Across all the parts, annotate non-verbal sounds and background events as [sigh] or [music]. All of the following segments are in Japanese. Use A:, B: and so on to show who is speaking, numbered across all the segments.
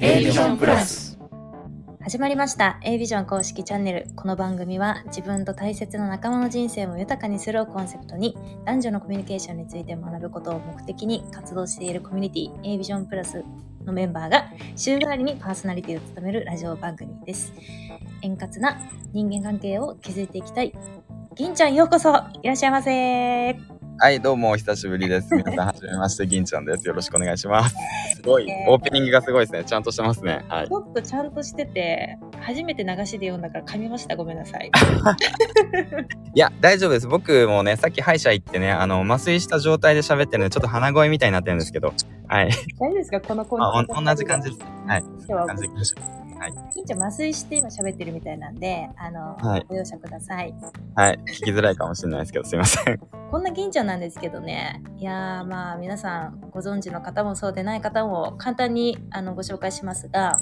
A: A ビジョンプラス
B: 始まりました A ビジョン公式チャンネルこの番組は自分と大切な仲間の人生を豊かにするをコンセプトに男女のコミュニケーションについて学ぶことを目的に活動しているコミュニティ A ビジョンプラスのメンバーが週替わりにパーソナリティを務めるラジオ番組です円滑な人間関係を築いていきたい銀ちゃんようこそいらっしゃいませ
C: はい、どうもお久しぶりです。皆さん、はじめまして、銀ちゃんです。よろしくお願いします。すごい、オープニングがすごいですね。ちゃんとしてますね。はい
B: ち。ょっとちゃんとしてて初めて流しで読んだから噛みましたごめんなさい
C: [laughs] いや、大丈夫です。僕もね、さっき歯医者行ってね、あの、麻酔した状態で喋ってるので、ちょっと鼻声みたいになってるんですけど、はい。
B: 大丈夫ですかこのコン
C: まあ、おん同じ感じですね。はい。
B: 今日は
C: 感じで
B: 金ちゃん麻酔して今喋ってるみたいなんで、あの、
C: はい
B: ご容赦ください。
C: はい。聞きづらいかもしれないですけど、すいません。
B: こんな銀ちゃんなんですけどね、いやーまあ皆さんご存知の方もそうでない方も簡単にあのご紹介しますが、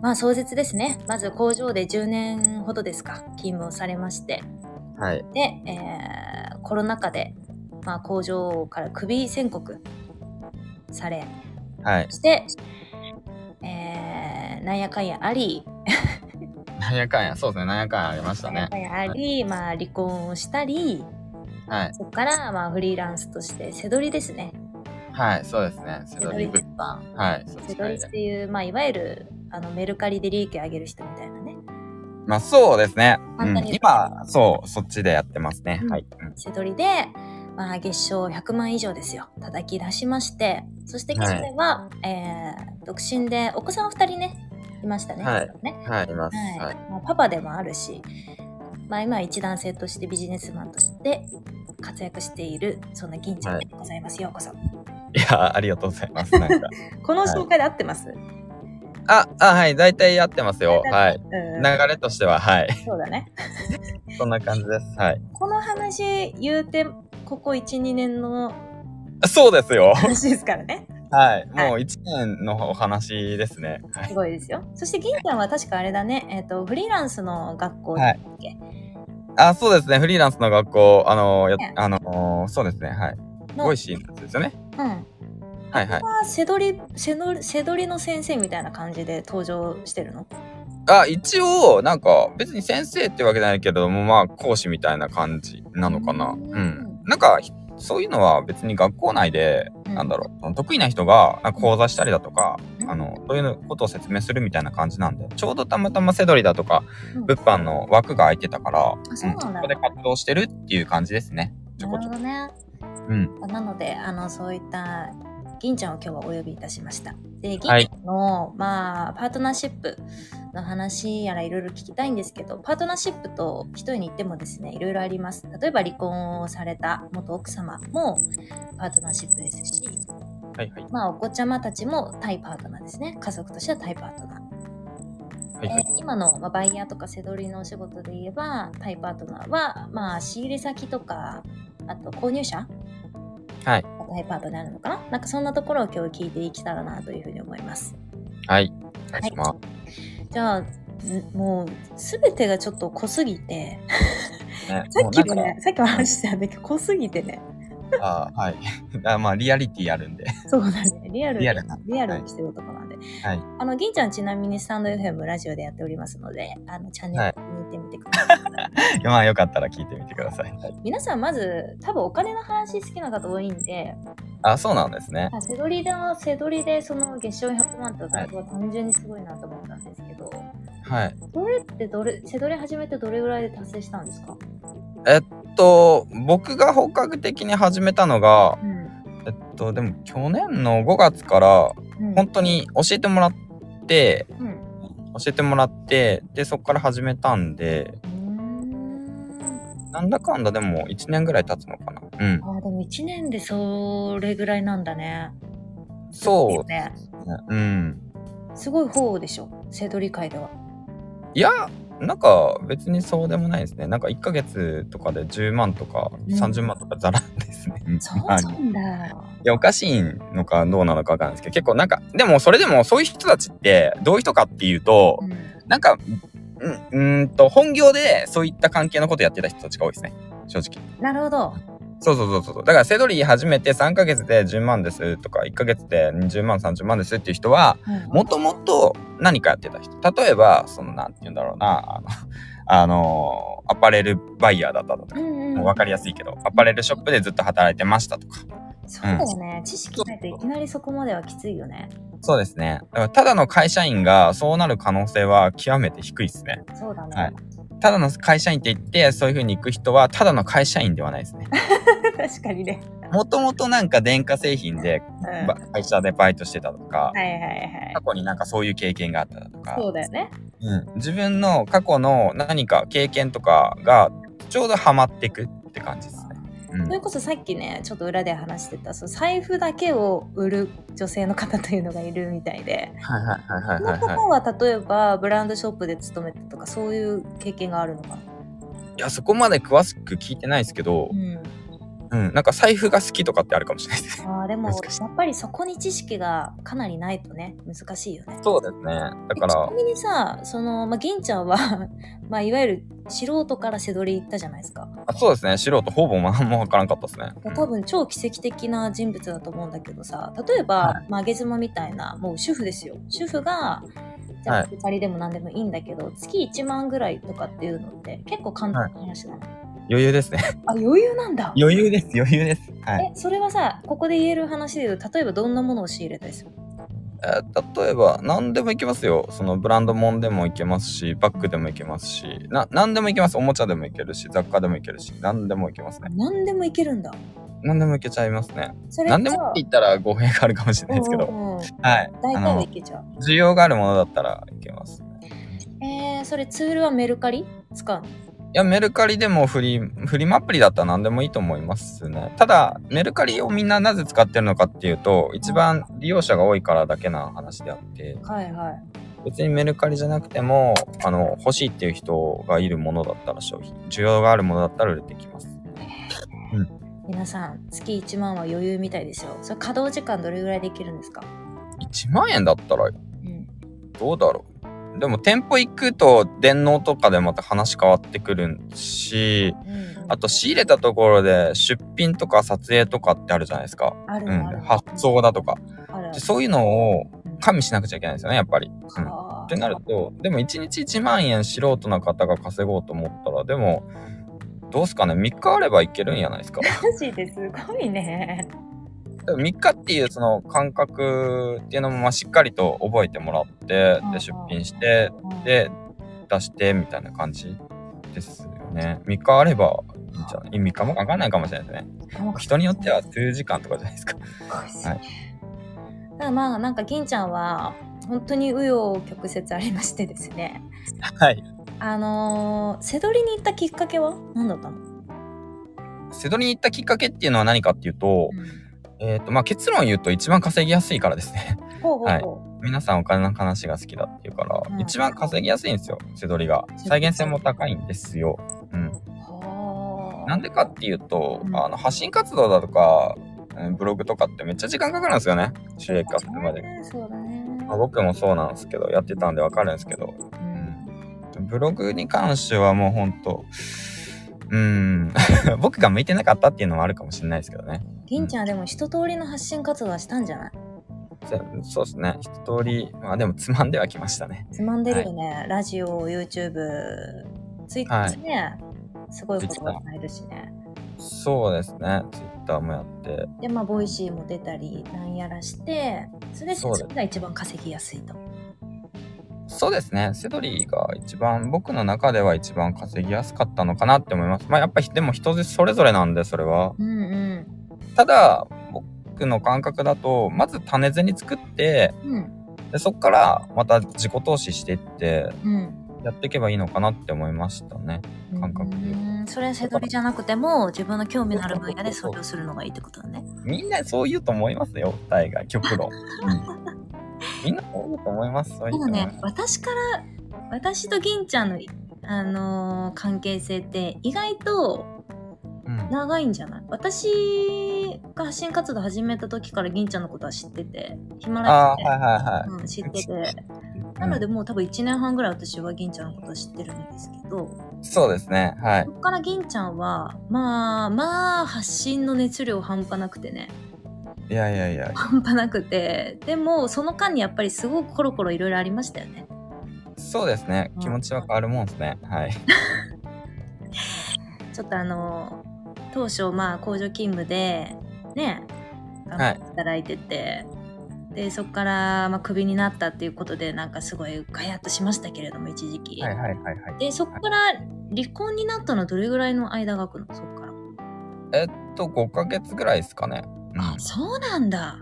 B: まあ壮絶ですね。まず工場で10年ほどですか、勤務をされまして。
C: はい。
B: で、えーコロナ禍で、まあ、工場からクビ宣告され、
C: はい。
B: そして、えーなんやかんやあり、
C: なんやかんや、そうですね。なんやかんやありましたね。
B: あり、まあ、離婚をしたり
C: はい。
B: そこからまあフリーランスとして背取りですね
C: はい、そうですね。セドリブッパン。はい。そっ
B: 背
C: ち
B: 取りっていう、まあ、いわゆるあのメルカリで利益を上げる人みたいなね
C: まあ、そうですね。う
B: 簡単
C: ん、
B: に
C: 今、そう、そっちでやってますね。
B: うん
C: はい。うん
B: 背取りで、まあ、月賞100万以上ですよ叩き出しましてそして
C: はい
B: 現在は、えー独身でお子さん2人ねいましたね,、
C: はい
B: ね
C: はい、います。
B: はい
C: はい。
B: まあ、パパでもあるし、まあ、今は一男性としてビジネスマンとして活躍しているそんな銀ちゃんでございます、ようこそ
C: いや、ありがとうございます。なんか。
B: この紹介で合ってます、
C: あ、あ、はい、大体やってますよ。はい。
B: う
C: 流
B: ん、
C: れとしては、はい。
B: そうだね
C: そんな感じです。はい。
B: この話言うてここ12年の
C: そうですよ。
B: 話ですからね
C: はい。もう一年のお話ですね。は
B: す
C: い。
B: ごいですよそして銀ちゃんは確かあれだね、えっとフリーランスの学校
C: はいあ、そうですね。フリーランスの学校、あの、や
B: ね、
C: あの、そうですね。はい。
B: の、
C: ボイシーのやつですよね。
B: うん、
C: はいはい。
B: まあ背取り背取り背取りの先生みたいな感じで登場してるの
C: あ、一応、なんか、別に先生ってわけじゃないけれども、まあ、講師みたいな感じなのかな。
B: う
C: うんん。なんか、ひそういうのは別に学校内で、なんだろう、その得意な人がなんか講座したりだとか、
B: うん
C: あの、そういうのことを説明するみたいな感じなんで、ちょうどたまたまセドリだとか、
B: うん
C: 物販の枠が空いてたから、
B: そうなんだ
C: こで活動してるっていう感じですね。ち
B: な
C: ょこ
B: る
C: ちょ
B: ほ
C: こ。
B: どね
C: うん。
B: なのであのそういった銀ちゃんを今日はお呼びいたしました。で銀ちゃ
C: はい
B: んの、まあパートナーシップの話やらいろいろ聞きたいんですけどパートナーシップと一人に言ってもですねいろいろあります。例えば離婚をされた元奥様もパートナーシップですし、
C: はいはい。
B: まあ、お子ちゃまたちも対パートナーですね家族としては対パートナー。
C: はいはい。
B: えー今の、まあ、バイヤーとかセドリのお仕事で言えばタイパートナーは、まあ、仕入れ先とかあと購入者
C: はい
B: タイパートナーになるのかななんかそんなところを今日聞いていけたらなというふうに思います
C: はい。お願いします。
B: じゃあんもう全てがちょっと濃すぎて
C: ね
B: さっき
C: も
B: も
C: うなん
B: ねさっきも話してたんだけど濃すぎてね
C: か、あーはい。 [laughs] あまあ、リアリティあるんで。 [laughs]
B: そうだねリアルに
C: リアルな
B: リアルにしてる男なんで、
C: はい
B: あの銀ちゃんちなみにスタンド FM ラジオでやっておりますのであのチャンネル
C: はい
B: に行ってみてください [laughs]
C: まあ、よかったら聞いてみてください。はい、
B: 皆さんまず多分お金の話好きな方多いんで
C: あ、そうなんですね。
B: あセドリでのセドリでその月賞100万って私は単純にすごいなと思ったんですけど、
C: はい。
B: それってどれセドリ始めてどれぐらいで達成したんですか、
C: と、僕が本格的に始めたのが、
B: うん
C: えっと、でも去年の5月から、
B: うん
C: 本当に教えてもらって、
B: うん
C: 教えてもらって、で、そこから始めたんで、なんだかんだでも1年ぐらい経つのかな。うん。
B: あーでも1年でそれぐらいなんだね
C: そう
B: ね
C: ですね。うん。
B: すごい方でしょセドリ界ではい
C: や、なんか別にそうでもないですね。なんか1ヶ月とかで10万とか
B: うん
C: 30万とかざらんですね。 [laughs]
B: そう
C: まあ
B: ないんだ
C: や、おかしいのかどうなのかわかんないですけど、結構なんか、でもそれでもそういう人たちってどういう人かっていうと、
B: うん
C: なんか、うん、うーんと、本業でそういった関係のことやってた人たちが多いですね。正直。
B: なるほど
C: そうそうそうそう。だから、セドリ始めて3ヶ月で10万ですとか、1ヶ月で20万、30万ですっていう人は、もともと何かやってた人。例えば、その、なんて言うんだろうな、あの、あのアパレルバイヤーだったとか、
B: うん
C: もう分かりやすいけど、アパレルショップでずっと働いてましたとか。
B: そうだよね、知識ないといきなりそこまではきついよね
C: そうですね。だからただの会社員がそうなる可能性は極めて低いですね。
B: そうだね、
C: はいただの会社員って言って、そういう風に行く人は、ただの会社員ではないです
B: [laughs]
C: ね。
B: [laughs] 確かにね、
C: もともとなんか電化製品で、
B: うん、はい
C: ば会社でバイトしてたとか、
B: はいはい
C: 過去になんかそういう経験があっただとか、
B: そうだよね
C: うん自分の過去の何か経験とかがちょうどハマってくって感じですね。うん
B: それこそさっきねちょっと裏で話してたその財布だけを売る女性の方というのがいるみたいで
C: はいはいはいは
B: その
C: いはい。
B: 方は例えばブランドショップで勤めてとかそういう経験があるのかな、
C: いや、そこまで詳しく聞いてないですけど
B: う、ん、
C: うん、なんか財布が好きとかってあるかもしれないですね。
B: あーでもや
C: 難しい
B: っぱりそこに知識がかなりないとね難しいよね
C: そうですね。だか
B: えち
C: ら
B: な、みにさその、まあ、銀ちゃんは [laughs] まあいわゆる素人から背取り行ったじゃないですか
C: あそうですね。素人ほぼ何もわからんかったですね。
B: 多分超奇跡的な人物だと思うんだけどさ例えば、
C: は
B: まあ、上げ妻みたいなもう主婦ですよ主婦がじゃ
C: は
B: あ
C: い
B: 2人でも何でもいいんだけど、月1万ぐらいとかっていうのって結構簡単な話だな、
C: 余裕ですね。
B: あ余裕なんだ
C: 余裕です。余裕です。はい。
B: えそれはさここで言える話で言うと例えばどんなものを仕入れたりする
C: えー例えば何でもいけますよそのブランドもんでもいけますしバッグでもいけますしな何でもいけますおもちゃでもいけるし雑貨でもいけるし何でもいけますね
B: 何でもいけるんだ
C: 何でもいけちゃいますね
B: それ
C: 何でもって言ったら語弊があるかもしれないですけど
B: うんうん
C: は
B: うん
C: い
B: 大
C: あ
B: 体は
C: の
B: いけちゃう
C: 需要があるものだったらいけますね
B: えー、それツールはメルカリ使うの
C: いやメルカリでもフリフリマアプリだったら何でもいいと思いますねただメルカリをみんななぜ使ってるのかっていうと一番利用者が多いからだけな話であって
B: はいはい
C: 別にメルカリじゃなくてもあの欲しいっていう人がいるものだったら商品需要があるものだったら売れてきます
B: 皆さん月1万は余裕みたいですよそれ稼働時間どれぐらいできるんですか、
C: 1万円だったら
B: うん、
C: どうだろうでも店舗行くと電脳とかでまた話変わってくるしあと仕入れたところで出品とか撮影とかってあるじゃないですか、
B: ある
C: う
B: のある
C: ん、
B: の
C: 発送だとか
B: あるあ
C: で
B: る
C: そういうのを加味しなくちゃいけないですよねやっぱり、うん、っ
B: あ
C: てなるとでも1日1万円素人の方が稼ごうと思ったらでもどうすかね3日あればいけるんじゃないですか
B: マジですごいね
C: でも3日っていうその感覚っていうのもまあしっかりと覚えてもらって
B: うんうん
C: で出品してで出してみたいな感じですよね3日あればいいんじゃない3日もかかんないかもしれないですね人によっては数時間とかじゃないですか
B: はいだからまあなんか銀ちゃんは本当に紆余曲折ありましてですね
C: はい
B: あのー、背取りに行ったきっかけは何だったの、
C: 瀬戸に行ったきっかけっていうのは何かっていうと,、えーとまあ、結論言うと一番稼ぎやすいからですね [laughs]
B: ほうほうほう、
C: はい皆さんお金の話が好きだっていうから、
B: うん
C: 一番稼ぎやすいんですよ瀬戸りが再現性も高いんですよ、うん、
B: はあ
C: なんでかっていうと、
B: うん
C: あの発信活動だとか、うんブログとかってめっちゃ時間かかるんですよね収益化するまで、
B: そうだね
C: まあ、僕もそうなんですけどやってたんでわかるんですけど
B: そうだね
C: ブログに関してはもうほんとうん [laughs] 僕が向いてなかったっていうのもあるかもしれないですけどね
B: うん銀ちゃんはでも一通りの発信活動はしたんじゃない
C: そそうですね一通りまあでもつまんではきましたね
B: つまんでるよね、ラジオ YouTube ツイッターね、すごいことが入るしね
C: そうですねツイッターもやって
B: でまあボイシーも出たりなんやらしてそれで
C: そうだ
B: それが一番稼ぎやすいと
C: そうですね。セドリーが一番、僕の中では一番稼ぎやすかったのかなって思います。まあやっぱり、でも人それぞれなんで、それは。
B: うんうん
C: ただ、僕の感覚だと、まず種銭作って、
B: うん
C: でそこからまた自己投資していって、
B: うん
C: やっていけばいいのかなって思いましたね。感覚
B: うーんそれは背取りじゃなくても自分の興味のある分野でそれをするのがいいってことだね
C: みんなそう言うと思いますよ、大概、極論。
B: [laughs]
C: うんみんなそう言うと思います。そう
B: た
C: 言うと
B: だ
C: 思いま
B: ね私から私と銀ちゃんの、あのー関係性って意外と
C: す。
B: 長いんじゃない私が発信活動始めた時から銀ちゃんのことは知っててヒマ
C: うん、
B: ラ
C: ああ
B: ヤ
C: ー、はいはい
B: で、うん、知ってて
C: はい。
B: なのでもう多分1年半ぐらい私は銀ちゃんのことは知ってるんですけど
C: そうですね。はい
B: そ。こから銀ちゃんはまあまあ発信の熱量半端なくてね
C: いやいやいや、
B: 半端なくてでもその間にやっぱりすごくコロコロいろいろありましたよね
C: そうですね。気持ちは変わるもんですね。はい。
B: ちょっとあの当初まあ工場勤務でねあの
C: はい
B: 働いてて、でそこからまあクビになったっていうことでなんかすごいガヤッとしましたけれども一時期、
C: はいはいはいはい。
B: でそこから離婚になったのはどれぐらいの間が空くのそこから、
C: えっと、5ヶ月ぐらいですかね。うん
B: あそうなんだ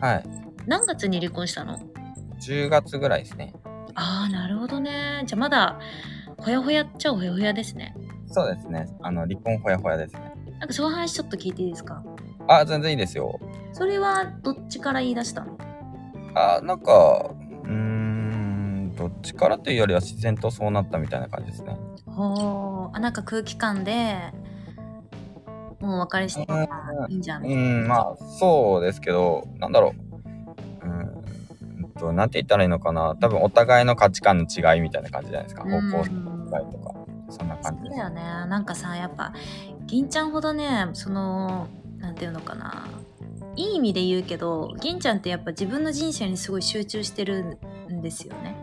C: はい。
B: 何月に離婚したの
C: 10月ぐらいですね。
B: ああなるほどねじゃあまだほやほやっちゃほやほやですね
C: そうですね。あの、離婚ほやほやですね。
B: なんかその話ちょっと聞いていいですか
C: あ、全然いいですよ。
B: それはどっちから言い出したの
C: あ、なんか、うーん、どっちからというよりは自然とそうなったみたいな感じですね。
B: ほうあなんか空気感でもうお別れしてたらいいんじゃん、
C: うーん、まあ、そうですけど、なんだろう。うーんうんと、なんて言ったらいいのかな。多分、お互いの価値観の違いみたいな感じじゃないですか。方
B: うん
C: 向性の違いとか。そんな感じ
B: そう
C: です
B: だ。よねなんかさやっぱ銀ちゃんほどねそのなんていうのかないい意味で言うけど銀ちゃんってやっぱ自分の人生にすごい集中してるんですよね、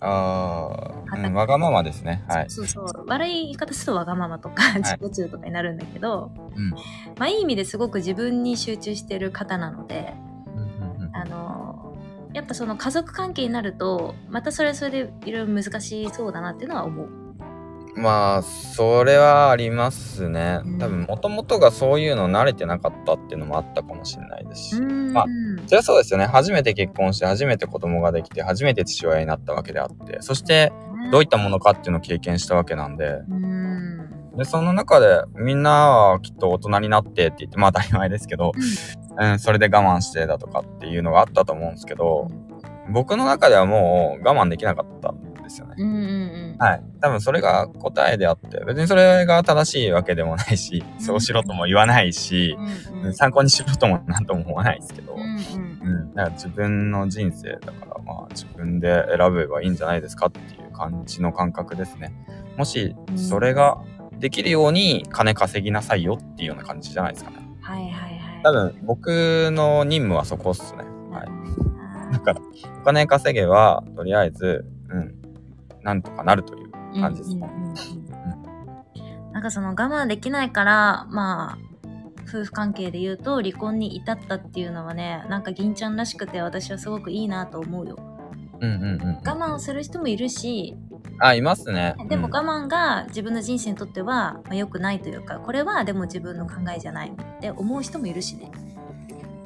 C: ああ、うん、わがままですね。はい。
B: そうそうそう悪い言い方するとわがままとか自己中とかになるんだけど、
C: うん
B: まあいい意味ですごく自分に集中してる方なので
C: うんうんうん
B: あのやっぱその家族関係になるとまたそれはそれでいろいろ難しそうだなっていうのは思う。
C: まあそれはありますね
B: うん
C: 多分もともとがそういうの慣れてなかったっていうのもあったかもしれないですし、
B: うん
C: まあそりゃそうですよね初めて結婚して初めて子供ができて初めて父親になったわけであってそしてどういったものかっていうのを経験したわけなんで
B: うん
C: でその中でみんなはきっと大人になってって言ってまあ当たり前ですけど、うん、それで我慢してだとかっていうのがあったと思うんですけど僕の中ではもう我慢できなかったんですよね。
B: うんうん
C: はい。多分それが答えであって、別にそれが正しいわけでもないし、
B: うん
C: そうしろとも言わないし
B: う、んうん
C: 参考にしろともなんとも思わないですけど、
B: う
C: うん
B: うん
C: ん。だから自分の人生だから、まあ自分で選べばいいんじゃないですかっていう感じの感覚ですね。もし、それができるように金稼ぎなさいよっていうような感じじゃないですかね。
B: はいはいはい。
C: 多分僕の任務はそこっすね。はい。だ
B: い
C: から、お金稼げば、とりあえず、うん、なんとかなるという。感じですね
B: なんかその我慢できないからまあ夫婦関係で言うと離婚に至ったっていうのはねなんか銀ちゃんらしくて私はすごくいいなと思うよ。
C: うんうんうん。
B: 我慢をする人もいるし
C: あ、いますね。
B: でも
C: うん
B: 我慢が自分の人生にとっては、まあ、良くないというかこれはでも自分の考えじゃないって思う人もいるしね。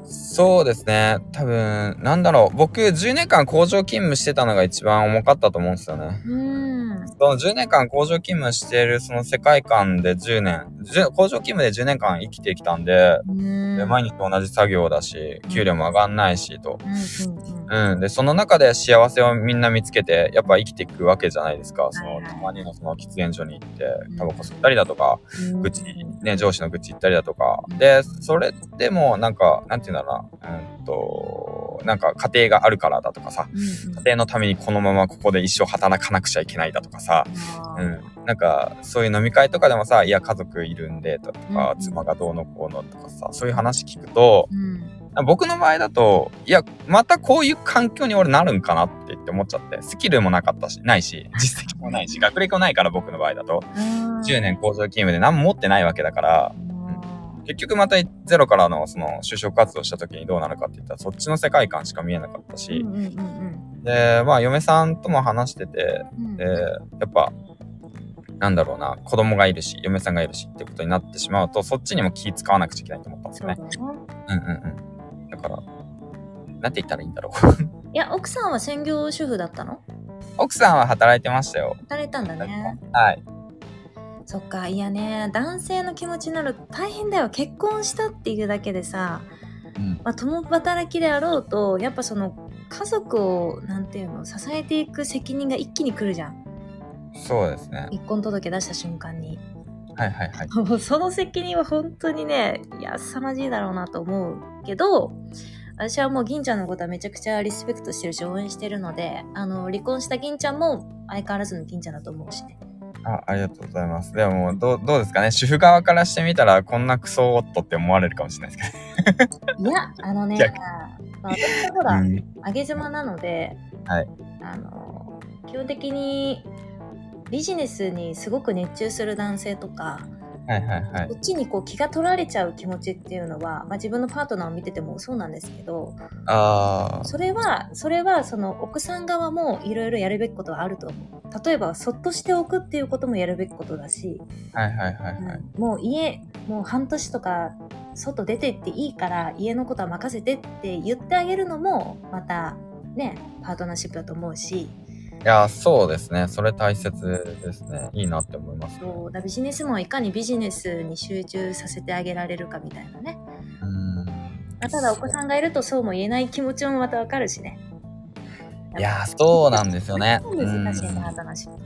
C: そうですね。多分、なんだろう。僕、10年間工場勤務してたのが一番重かったと思うんですよね。
B: うん
C: その10年間工場勤務してるその世界観で10年、10工場勤務で10年間生きてきたんで、で毎日同じ作業だし、給料も上がんないしと。
B: うんうん
C: うん。で、その中で幸せをみんな見つけて、やっぱ生きていくわけじゃないですか。そ
B: は
C: の、
B: いはい
C: たまにのその喫煙所に行って
B: うん、
C: タバコ吸ったりだとか、
B: うん
C: 愚痴、ね、上司の愚痴言ったりだとか。で、それでも、なんか、なんて言うんだろうな、うんと、なんか家庭があるからだとかさ、
B: うんうん
C: 家庭のためにこのままここで一生働かなくちゃいけないだとかさ、
B: あ
C: う
B: ー
C: ん、なんかそういう飲み会とかでもさ、いや、家族いるんでと
B: うんう
C: か
B: ん、
C: 妻がどうのこうのとかさ、そういう話聞くと、
B: うん
C: 僕の場合だと、いや、またこういう環境に俺なるんかなって言って思っちゃって、スキルもなかったし、ないし、実績もないし、学歴もないから僕の場合だと。
B: うん
C: 10年工場勤務で何も持ってないわけだから、
B: うん
C: 結局またゼロからのその就職活動した時にどうなるかって言ったらそっちの世界観しか見えなかったし、
B: うんうんうん
C: で、まあ嫁さんとも話してて、
B: うん
C: で、やっぱ、なんだろうな、子供がいるし、嫁さんがいるしってことになってしまうと、そっちにも気使わなくちゃいけないと思ったんです
B: そ
C: よ
B: うだ
C: ね。
B: ね
C: うんうんうん。だから、なんて言ったらいいんだろう。 [laughs]
B: いや奥さんは専業主婦だったの
C: 奥さんは働いてましたよ。
B: 働いたんだね
C: はい。
B: そっかいやね男性の気持ちになると大変だよ結婚したっていうだけでさ
C: うん
B: まあ、共働きであろうとやっぱその家族をなんていうの支えていく責任が一気に来るじゃん
C: そうですね。
B: 一婚届出した瞬間に [laughs]
C: はいはいはい。
B: もうその責任は本当にねいや凄まじいだろうなと思うけど私はもう銀ちゃんのことはめちゃくちゃリスペクトしてるし応援してるのであの離婚した銀ちゃんも相変わらずの銀ちゃんだと思うしね
C: あありがとうございます。でもどう、どうですかね主婦側からしてみたら、こんなクソ夫って思われるかもしれないですけ
B: いや、あのね
C: 逆、
B: まあ、私はほ
C: ど。
B: ら、
C: ん、
B: 上げ妻なので、
C: はい
B: あの基本的にビジネスにすごく熱中する男性とか、
C: はいはいはい
B: こ。っちにこう気が取られちゃう気持ちっていうのは、まあ、自分のパートナーを見ててもそうなんですけど
C: あ
B: それはそれはその奥さん側もいろいろやるべきことはあると思う例えばそっとしておくっていうこともやるべきことだし、
C: あ、はいはいはいはい。
B: うんもう家もう半年とか外出てっていいから家のことは任せてって言ってあげるのもまたねパートナーシップだと思うし
C: いや、そうですね。それ大切ですね。いいなって思います。
B: そうだからビジネスもいかにビジネスに集中させてあげられるかみたいなね
C: うん。
B: まあ、ただお子さんがいるとそうも言えない気持ちもまたわかるしね。
C: いや、そうなんですよね。
B: 難しいな、
C: うん
B: 話は。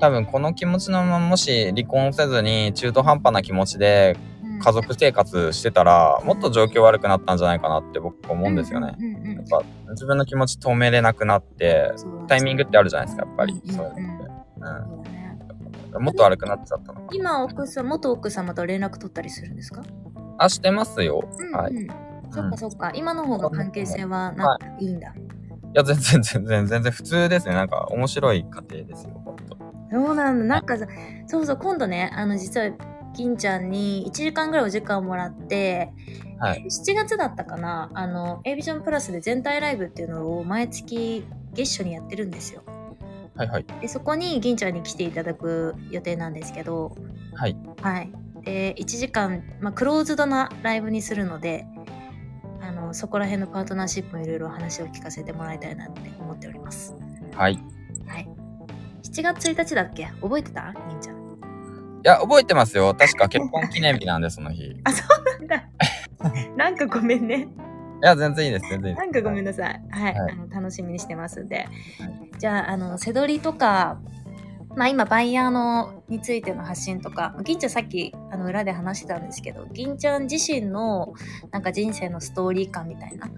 C: 多分この気持ちのままもし離婚せずに中途半端な気持ちで家族生活してたらもっと状況悪くなったんじゃないかなって僕思うんですよね。
B: うんうんうん
C: やっぱ自分の気持ち止めれなくなって
B: うん
C: タイミングってあるじゃないですかやっぱり
B: うん
C: そう
B: うんう
C: い
B: ん
C: うのって。
B: そうだね
C: うん、もっと悪くなっちゃったのか
B: 今奥さん元奥様と連絡取ったりするんですか、
C: あしてますよ、はい、
B: う
C: い
B: んうんそっかそっか、今の方が関係性はなんかいいんだ、
C: や全然全然全然普通ですねなんか面白い家庭ですよほんと
B: そうなんだなんかさそうそう今度ねあの実は金ちゃんに1時間ぐらいお時間をもらって、
C: はい
B: 7月だったかなあの a ビジョンプラスで全体ライブっていうのを毎月月初にやってるんですよ
C: はいはい
B: でそこに銀ちゃんに来ていただく予定なんですけど
C: はい
B: はいで1時間、まあ、クローズドなライブにするのであのそこら辺のパートナーシップもいろいろ話を聞かせてもらいたいなって思っております
C: はいい
B: はい7月1日だっけ覚えてた銀ちゃん
C: や覚えてますよ確か結婚記念日なんでその日い
B: あそうなんだなんかごめんね
C: や全然いいです全然いいです
B: なんかごめん
C: な
B: なさい。はい、
C: はい
B: あの楽しみにしてますんで。じゃあ、あの、せどりとか、まあ今、バイヤーのについての発信とか、銀ちゃんさっき、あの、裏で話してたんですけど、銀ちゃん自身の、なんか人生のストーリー感みたいな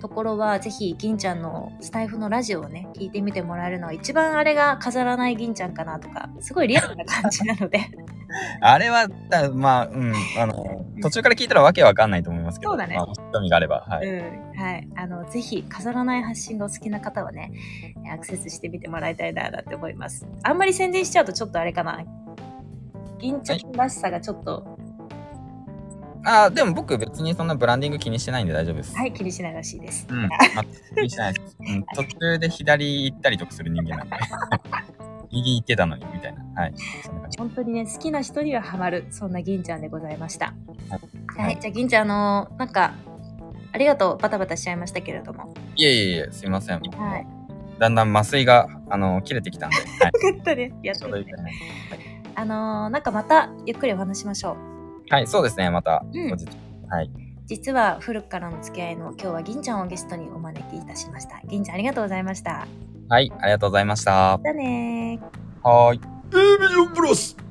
B: ところは、ぜひ、銀ちゃんのスタイフのラジオをね、聞いてみてもらえるのは、一番あれが飾らない銀ちゃんかなとか、すごいリアルな感じなので。
C: あれはだまあうんあの途中から聞いたらわけわかんないと思いますけど
B: そうだね
C: まあ、興味があればは
B: う
C: い、
B: んはい、あのぜひ飾らない発信がお好きな方はねアクセスしてみてもらいたいなって思いますあんまり宣伝しちゃうとちょっとあれかな銀ちゃんらしさがちょっと
C: あでも僕別にそんなブランディング気にしてないんで大丈夫です
B: はい気にしないらしいです
C: うん、全くしないです。うん、途中で左行ったりとかする人間
B: [laughs]
C: なんで。右行ってたのに、みたいな。はい。そんな感じ。
B: 本当にね好きな人にはハマるそんな銀ちゃんでございました
C: は
B: はい、
C: はい
B: じゃあ銀ちゃんあのなんかありがとうバタバタしちゃいましたけれども
C: いえいえいえ、すいません。
B: はい
C: だんだん麻酔が、あの、切れてきたんで。はい。
B: よかったねやっ
C: ち
B: と
C: ょうどいいかな
B: あのなんかまたゆっくりお話しましょう
C: はい、そうですね。また、
B: うん
C: 後日。はい。
B: 実は古くからの付き合いの今日は銀ちゃんをゲストにお招きいたしました銀ちゃんありがとうございました
C: はい、ありがとうございました。は
B: じゃあねー
C: ーい。
A: A ビジョンプラス